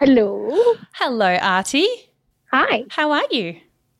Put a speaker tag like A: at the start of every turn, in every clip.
A: Hello.
B: Hello, Artie.
A: Hi.
B: How are you?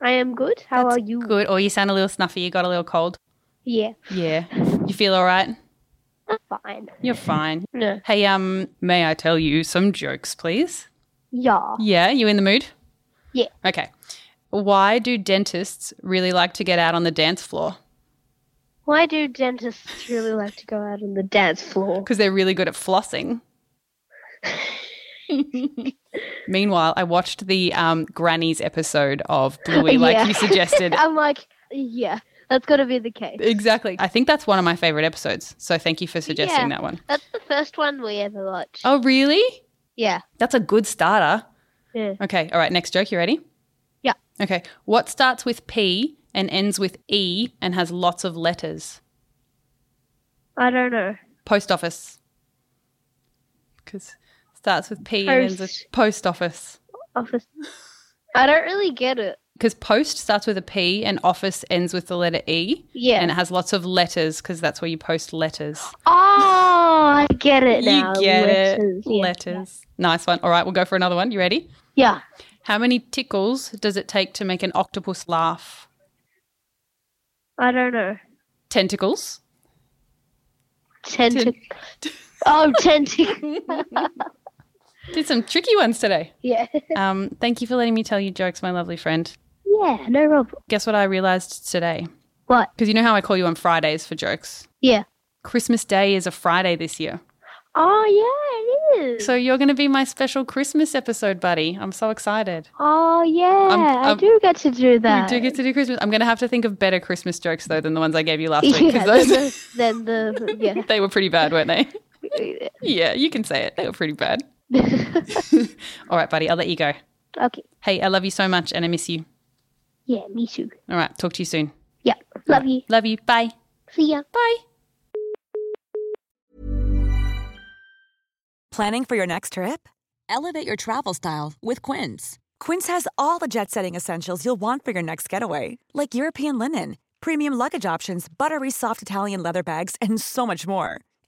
A: I am good. How
B: That's
A: are you?
B: Good. Or you sound a little snuffy. You got a little cold.
A: Yeah.
B: Yeah. You feel all right?
A: I'm fine.
B: You're fine.
A: No.
B: Hey, um, may I tell you some jokes, please?
A: Yeah.
B: Yeah. You in the mood?
A: Yeah.
B: Okay. Why do dentists really like to get out on the dance floor?
A: Why do dentists really like to go out on the dance floor?
B: Because they're really good at flossing. Meanwhile, I watched the um, Grannies episode of Bluey, like
A: Yeah.
B: you suggested.
A: I'm like, yeah, that's got to be the case.
B: exactly. I think that's one of my favorite episodes. So thank you for suggesting
A: Yeah.
B: that one.
A: That's the first one we ever watched.
B: Oh, really?
A: Yeah.
B: That's a good starter.
A: Yeah.
B: Okay. All right. Next joke. You ready?
A: Yeah.
B: Okay. What starts with P and ends with E and has lots of letters?
A: I don't know.
B: Post office. Because starts with P and ends with post office.
A: Office. I don't really get it.
B: Because post starts with a P and office ends with the letter E.
A: Yeah.
B: And it has lots of letters because that's where you post letters.
A: oh, I get it now.
B: You get
A: Letters,
B: it. Letters. Nice one. All right, we'll go for another one. You ready?
A: Yeah.
B: How many tickles does it take to make an octopus laugh?
A: I don't know.
B: Tentacles.
A: Tentac. oh, tentac.
B: Did some tricky ones today.
A: Yeah.
B: Um, thank you for letting me tell you jokes, my lovely friend.
A: Yeah, no problem.
B: Guess what I realized today?
A: What?
B: Because you know how I call you on Fridays for jokes?
A: Yeah.
B: Christmas Day is a Friday this year.
A: Oh, yeah, it is.
B: So you're going to be my special Christmas episode, buddy. I'm so excited.
A: oh, yeah. I
B: I'm-
A: do get to do that.
B: We do get to do Christmas. I'm going to have to think of better Christmas jokes, though, than the ones I gave you last week.
A: yeah,
B: 'cause
A: then the, then
B: those,
A: the yeah.
B: they were pretty bad, weren't they? Yeah, you can say it. They were pretty bad. All right, buddy, I'll let you go.
A: okay.
B: Hey, I love you so much and I miss you.
A: Yeah, me too.
B: All right, talk to you soon.
A: Yeah. Love you.
B: Love you. Bye.
A: See ya.
B: Bye.
C: Planning for your next trip?
D: Elevate your travel style with Quince.
C: Quince has all the jet setting essentials you'll want for your next getaway, like European linen, premium luggage options, buttery soft Italian leather bags, and so much more.